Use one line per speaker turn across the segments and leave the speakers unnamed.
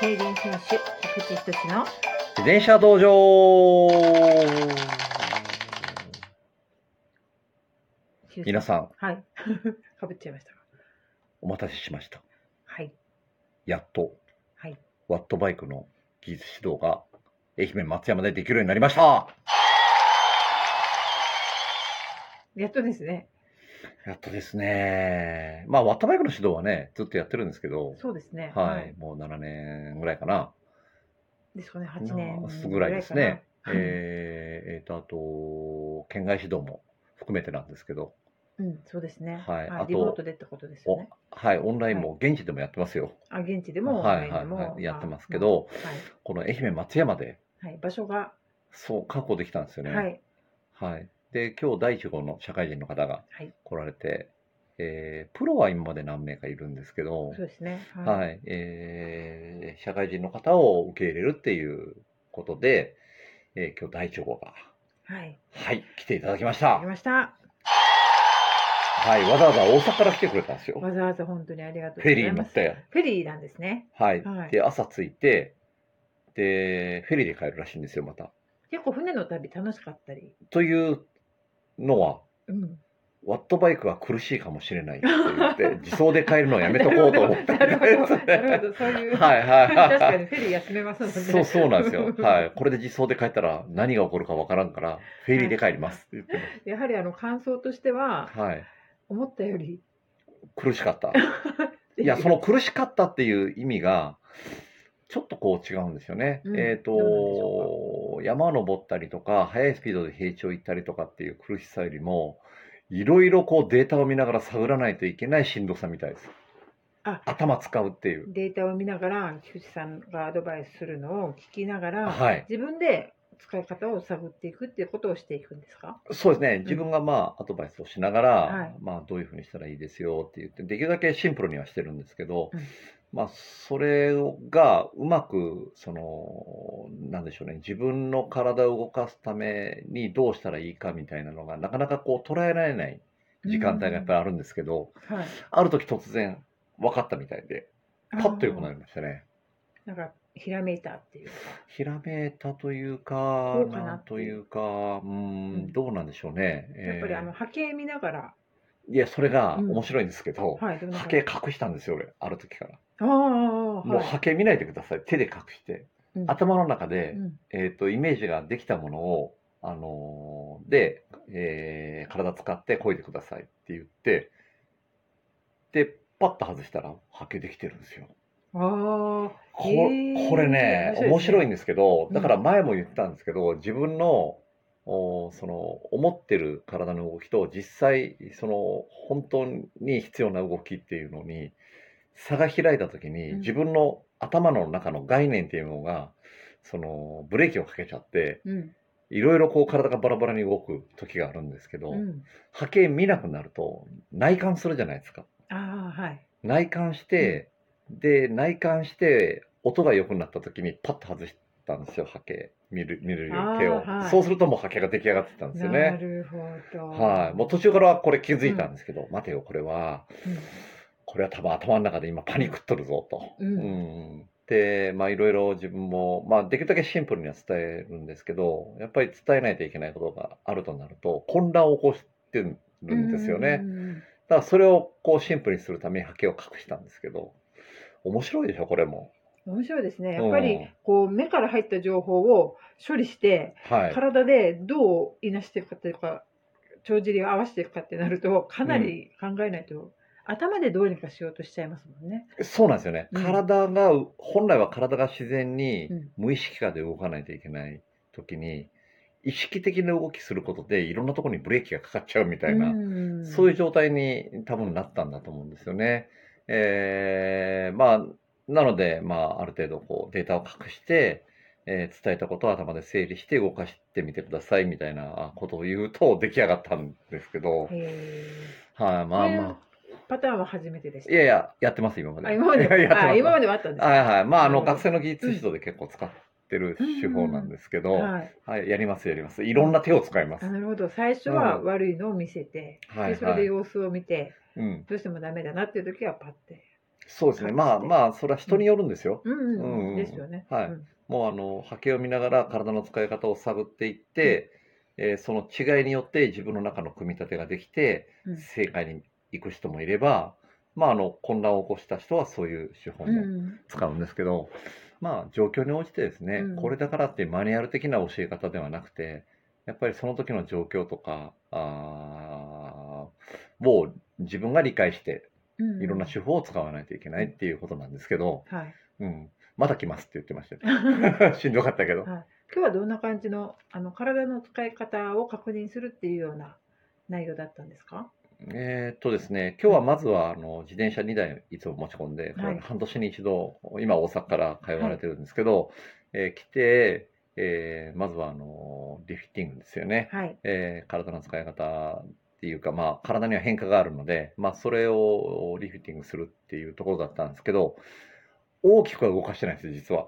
競輪選手菊池仁の
自転車道場皆
ん
さん、
はい かぶっちゃいましたが
お待たせしました。
はい
やっと、
はい
ワットバイクの技術指導が愛媛松山でできるようになりました。
やっとですね
やっとですね。まあ、ワットバイクの指導はね、ずっとやってるんですけど、
そうですね
はい、もう7年ぐらいかな。
ですかね8年
まあぐらいですね
う
え
ん
ーえーと、あと、県外指導も含めてなんですけど、
ぐらいかなうんそうですね
はいあと
リモートでってことですよね
はい、オンラインも現地でもやってますよ。
あ現地でも
は
オン
い
ラインでも
はいはいやってますけ
まあ
ど
はい
この愛媛松山で、
はい場所が
そう、確保できたんですよね。
はい
はい、で今日第1号の社会人の方が
はい
来られて、えープロは今まで何名かいるんですけど、
そうですね
はいいえー社会人の方を受け入れるっていうことで、えー今日第1号が、
はい
はい、来ていただきまし
や
た
り、ました
はい。わざわざ大阪から来てくれたんですよ。
わざわざ本当にありがとう
フ
ご
ェ
ざ
リー
い
に乗
ま
っ
す。
て。
フェリーなんですね。
はい、
はい
で朝着いてでフェリーで帰るらしいんですよまた。
結構船の旅楽しかったり。
というのは
うん。
ワットバイクは苦しいかもしれないって 言って、自走で帰るのはやめとこうと思って。
なるほど。なるほど。そういう。
はいはいはい。
確かにフェリー休めますもんね。
そうそうなんです よ。はい。これで実装で帰ったら何が起こるかわからんから、フェリーで帰りますって言ってまし
やはりあの感想としては
た。はい。
思ったより
苦しかった。いや、その苦しかったっていう意味が、ちょっとこう違うんですよね。
うん
えっ、
どうなんでしょ
と、山登ったりとか、速いスピードで平地を行ったりとかっていう苦しさよりも、いろいろこうデータを見ながら探らないといけないしんどさみたいです
あ。
頭使うっていう。
データを見ながら菊池さんがアドバイスするのを聞きながら、
はい。
自分で使い方を探っていくっていうことをしていくんですか。
そうですね、自分がまあアドバイスをしながら、
はい
まあ、どういうふうにしたらいいですよって言って、できるだけシンプルにはしてるんですけど、
うん
まあ、それがうまくその、なんでしょうね、自分の体を動かすためにどうしたらいいかみたいなのが、なかなかこう捉えられない時間帯がやっぱりあるんですけど、
り。はい。
ある時突然分かったみたいで、パッと良くなりましたね。
あー。なんかひらめいたっていうか。
ひらめいたというか、
こうかな
なんというか、う、
うんん
どうなんでしょうね。
やっぱりあ
え
の
ー
波形見ながら。
いや、それが
うん
面白いんですけど、
はい。どんな
波
感じ
形隠したんですよ、俺、ある時から。
ああ。
もう
はい
波形見ないでください、手で隠して。
うん
頭の中
う
で、
ん
えっと、イメージができたものを、あのーで、えー体使って漕いでくださいって言って、で、パッと外したら波形できてるんですよ。
ああ。
こ
へー
これね
面白いですね
面白いんですけど
うん
だから前も言ったんですけど、自分のおその思ってる体の動きと実際その本当に必要な動きっていうのに差が開いた時に、
うん
自分の頭の中の概念っていうのがそのブレーキをかけちゃって
うん。
いろいろこう体がバラバラに動く時があるんですけど、
うん。
波形見なくなると内観するじゃないですか。
ああ、はい。
内観して、で内観して音が良くなった時にパッと外したんですよ波形見る見る
あー
手を、
はい
そうするともう波形が出来上がってたんですよ
な
ね
るほど。
はいもう途中からこれ気づいたんですけど、待てよこれはこれは多分頭の中で今パニックっとるぞと、
うん
うんでまあいろいろ自分も、まあ、できるだけシンプルには伝えるんですけどやっぱり伝えないといけないことがあるとなると混乱を起こしてるんですよね、
うん
だからそれをこうシンプルにするために波形を隠したんですけど面白いでしょこれも
面白いですね。やっぱ
う
り
ん、
こう、目から入った情報を処理して、
はい
体でどういなしていくかというか、帳尻を合わせていくかってなると、かなり考えないと、頭でどうにかしようとしちゃいますもんね。
そうなんですよね、
うん
体が本来は体が自然に
うん
無意識化で動かないといけない時に意識的な動きすることでいろんなところにブレーキがかかっちゃうみたいな、
うん
そういう状態に多分なったんだと思うんですよね。えーまあなので、まあ、ある程度こうデータを隠して、えー伝えたことを頭で整理して動かしてみてくださいみたいなことを言うと出来上がったんですけど、はい、
へ
まあ
これ
ま
ーパターンは初めてでし
あい
た。
やいややってます今まで。
あ今まで
やってます
あ今まではあったんです
はいはい。まあ、
な
あ
る
の、
ほど
学生の技術指導で結構使ってる手法なんですけど、
はい
はい、やります、やります。いろんな手を使います
あ。なるほど。最初は悪いのを見せて、
はい、
でそれ
は
で
い。
様子を見て、
うん。
どうしてもダメだなっていう時はパッて
そうですね。
隠
まあ
して
まあ、それは人によるんですよ。
うんうん
うん
う、
うんん
ですよね。
はい
うん
もうあの波形を見ながら体の使い方を探っていって、えーその違いによって自分の中の組み立てができて、
うん
正解に行く人もいれば、まあ、あの混乱を起こした人はそういう手法
う
も
ん
使うんですけど、まあ状況に応じてですね、
うん
これだからってマニュアル的な教え方ではなくてやっぱりその時の状況とかあーを自分が理解して
うん、
いろんな手法を使わないといけないっていうことなんですけど、
はい。
うん、まだ来ますって言ってましたよ
今
しんどかったけど。
日はどんな感じのあの体の使い方を確認するっていうような内容だったんですか？
えーっとですね、今日はまずはあの自転車2台いつも持ち込んで、これ
はい
半年に一度、今大阪から通われてるんですけど、えー来て、えーまずはあのリフィッティングですよね、
はい。
えー体の使い方っていうか、まあ、体には変化があるので、まあ、それをリフィッティングするっていうところだったんですけど、大きくは動かしてないんですよ、実は。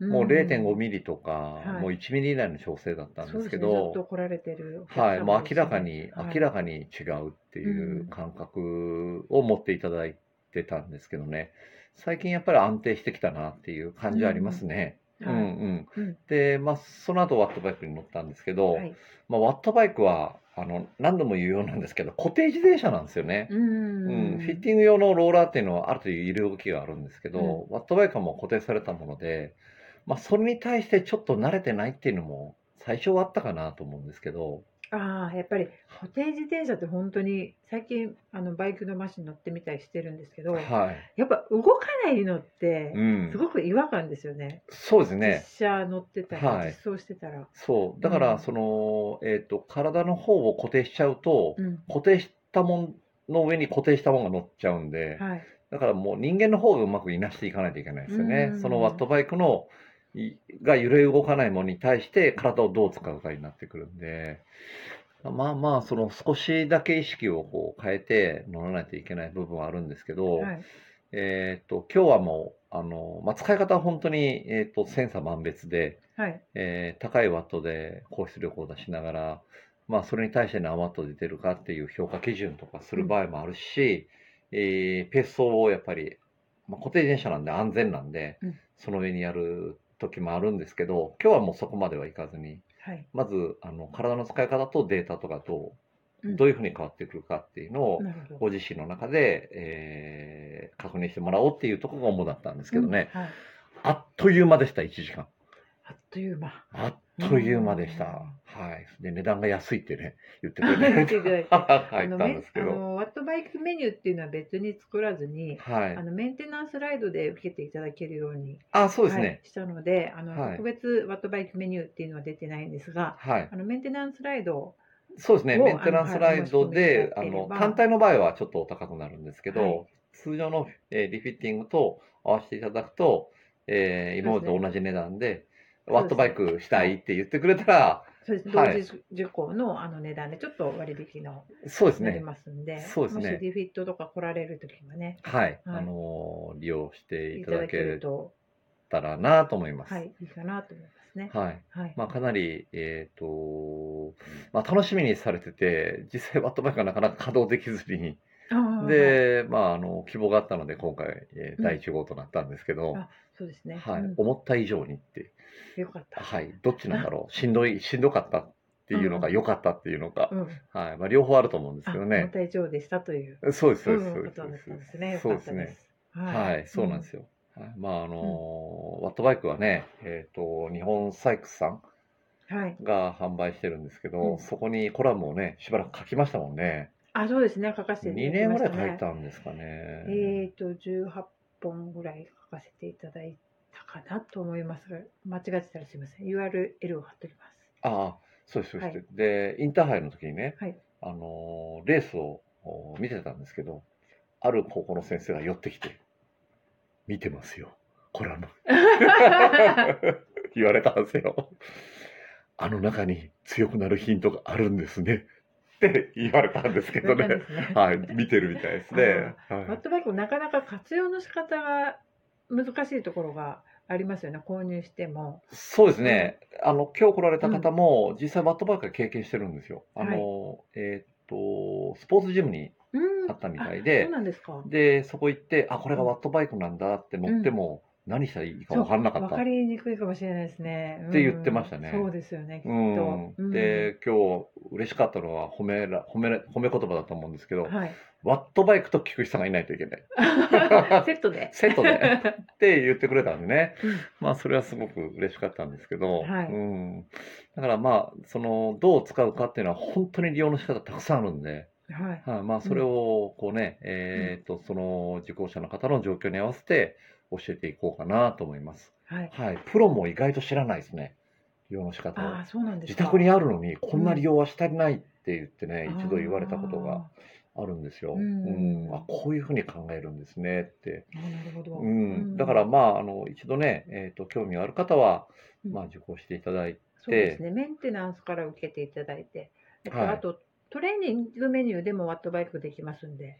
もう0.5
リ
ミリとか、
い
もう1ミリ以内の調整だったんですけ
そうですね、ずっ
ど
と、来られてるお客様
はい、もう
です
明
ね
らかに、
はい
明らかに違うっていう感覚を持っていただいてたんですけどね、最近やっぱり安定してきたなっていう感じありますね。うん
は
う
い
ん
うん
で、まあ、その後ワットバイクに乗ったんですけど、
はい
まあ、ワットバイクはあの何度も言うようなんですけど、固定自転車なんですよね。
うん
うん、フィッティング用のローラーっていうのはあるという動きがあるんですけど、ワットバイクはもう固定されたもので、まあ、それに対してちょっと慣れてないっていうのも最初はあったかなと思うんですけど、
ああやっぱり固定自転車って本当に最近あのバイクのマシン乗ってみたりしてるんですけど、
はい。
やっぱ動かないのって
うん
すごく違和感ですよね。
そうですね。
実車乗ってたら、
はい
実装してたら、
そう。だか
うん
ら、その、えっ、と、体の方を固定しちゃうと、
うん
固定したもんの上に固定したもんが乗っちゃうんで、
はい、
だからもう人間の方がうまくいなしていかないといけないですよね
う。ん
そのワットバイクの、いが揺れ動かないものに対して体をどう使うかになってくるんで、まあまあ、その少しだけ意識をこう変えて乗らないといけない部分はあるんですけど、
はい、
えっ、と、今日はもう、あの、まあ、使い方は本当に、えっ、と、千差万別で、
はい、
えー高いワットで高出力を出しながら、まあ、それに対して何ワットで出るかっていう評価基準とかする場合もあるし、えーペースをやっぱり、まあ、固定電車なんで安全なんで、
うん
その上にやる時もあるんですけど今日はもうそこまではいかずに
はい、
まずあの体の使い方とデータとかど
うん
うどういうふうに変わってくるかっていうのを、
なるほど。
ご自身の中で、えー確認してもらおうっていうところが主だったんですけどね、
うんはい、
あっという間でした1時間。
あっという 間。
あっという間でした。
うん
はい。で、値段が安いってね、言ってく
言
れ
っていただい
て
て。
は
あ
い、言
の
ったんで
め
す
あ
けど。
のワットバイクメニューっていうのは別に作らずに、
はい
あ。のメンテナンスライドで受けていただけるように
あ、そうです
はい
ね。
したのであの、
はい
特別ワットバイクメニューっていうのは出てないんですが
はい。
あのメンテナンスライドを
そうですね。
もう
メンテナンスライドで、
あ
あ
の
の、
はい
単体の場合はちょっとお高くなるんですけど、
はい
通常の、えーリフィッティングと合わせていただくと、えー今までと同じ値段で、
そうですね
ワットバイクしたいって言ってくれたら、
そうです同
はい
時受講のあの値段でちょっと割引の
そうです
なり
ね。
ますんで
そうですね
もしリフィットとか来られる時はね
はい。
はい
あのー利用して
い
い
た
た
だ
だ
け
け
ると、
たらなと思います。
はい、いいかなと思いますね。
はい。
はい
まあ、かなり、えーとまあ、楽しみにされてて、実際、ワットバイクがなかなか稼働できずに、
あーはい
で、まあ、あの希望があったので、今回、え
う
ー
ん
第1号となったんですけど、
あそうですね、
はい
うん
思った以上にって、
よかった、
はい、どっちなんだろう、しんどい、しんどかったっていうの
う
か、
ん
良かったっていうのか
う、ん、
はいまあ、両方あると思うんです
あ
けど
ま
ね。
た以上でしたという
そうです、そうです、
うん
そう
こ
です
とだったんですね。
そう
よかった
ですね
で。す。は
はい、そうなんですよ。はいまあ、あのーワットバイクはね、えーと、日本サイクスさん、
うんはい。
が販売してるんですけど、
うん
そこにコラムをねしばらく書きましたもんね
あ、そうですね。書かせて
2
いただきま
年ぐ
し
ら
た
い書い
ね。
たんですかね、
えっ、ー、と、18本ぐらい書かせていただいたかなと思いますが、間違ってたらすみません。URL を貼っておきます。
ああそうですそうです、でインターハイの時にね、
はい
あのーレースをお見てたんですけどある高校の先生が寄ってきて「見てますよコラム」 言われたんですよあの中に強くなるヒントがあるんですねって言われたんですけど
そうなん
ね
ですね
はい見てるみたいですね、はい
ワットバイクもなかなか活用の仕方が難しいところがありますよね。購入しても。
そうですね、あの今日来られた方も、実際、ワットバイクは経験してるんですよ。あの
はい
えーっとスポーツジムに
うん
あったみたい
あ
で
そうなんですか。
でそこ行ってあこれがワットバイクなんだって乗っても何したらいいか分からなか
わ
った
かりにくいかもしれないですね。うん
って言ってましたね
そうですよね、きっ
うん
と。うん
で今日嬉しかったのは褒めら褒めら褒め言葉だと思うんですけど、
はい。
ワットバイクと菊池さんがいないといけ ない
セットで。
セットでって言ってくれたんでね
うん
まあそれはすごく嬉しかったんですけど、
はい
うん、だからまあそのどう使うかっていうのは本当に利用の仕方たくさんあるんで、
はい。
はい、まあそれをこうね、えーっとその受講者の方の状況に合わせて教えていこうかなと思います。
はい。
はい、プロも意外と知らないですね利用の仕方を
ああ、そうなんです
自
か。
宅にあるのにこんな利用はしたりないって言ってね、一度言われたことがあるんですよ。
う
うんんあこういうふうに考えるんですねって、
あー。なるほど。
うん、だからまああの一度ね、えー、と興味がある方は、
うん
まあ、受講していただいて、
そうですね、メンテナンスから受けていただいて、で
はい
あとトレーニングメニューでもワットバイクできますんで、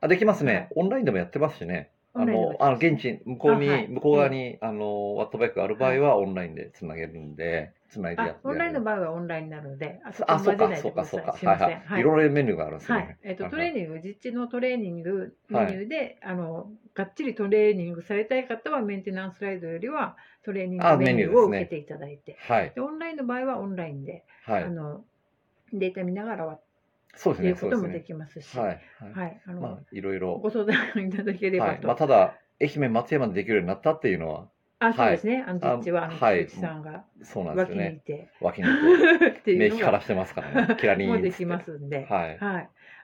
あできますねオンラインでもやってますしねあのあの現地向こうに、
あはい
向こう側に、あのワットバイクがある場合はオンラインでつなげるんでつないでや
あ
って
オンラインの
場
場合はオンラインになるので、あ
合あそうかそ
くださ
うかそう
い
か
すい
は
ま
い
せん。
はい、いろいろメニューがあるんですね、
はいえっとトレー
ン
ニング、実地のトレーニングメニューで、あのがっちりトレーニングされたい方は、メンテナンスライドよりはトレーニング
あ
メニュ
メニュー
ー
で
を
すね
受けていただいて、
はい
でオンラインの場合はオンラインで、
は
あ
い
のデータ見ながらは
そう
っ
で
ていう
す
こ
ね
と
そう
も
で
ですきますし、
ねはい、はい
はいあの
まあいろいろ
ご相談いただければ
はい
と。
まあ、ただ愛媛松山でできるようになったっていうのは
あ、そうですね。あの
あ
実地はあの
はい
菊池さんが
そうなんです
脇
よ
にい
ね
て、
脇にこ
って
う
い
目
うの
光ら
が
してますか らねキラリーン
もう
っつ
で
って
きますんで、は
はい
い、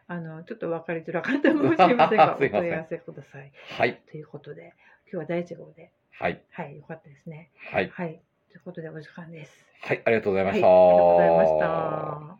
あのちょっと分かりづらかったかもしれませんが、お
すいません
問い合わせください。
はい
ということで、今日は第一号で、
はい
はい、よかったですね。
はい
はい、ということでお時間です。
はいありがとうござい
は
ま
い、あり
し
が
た、
とうございました。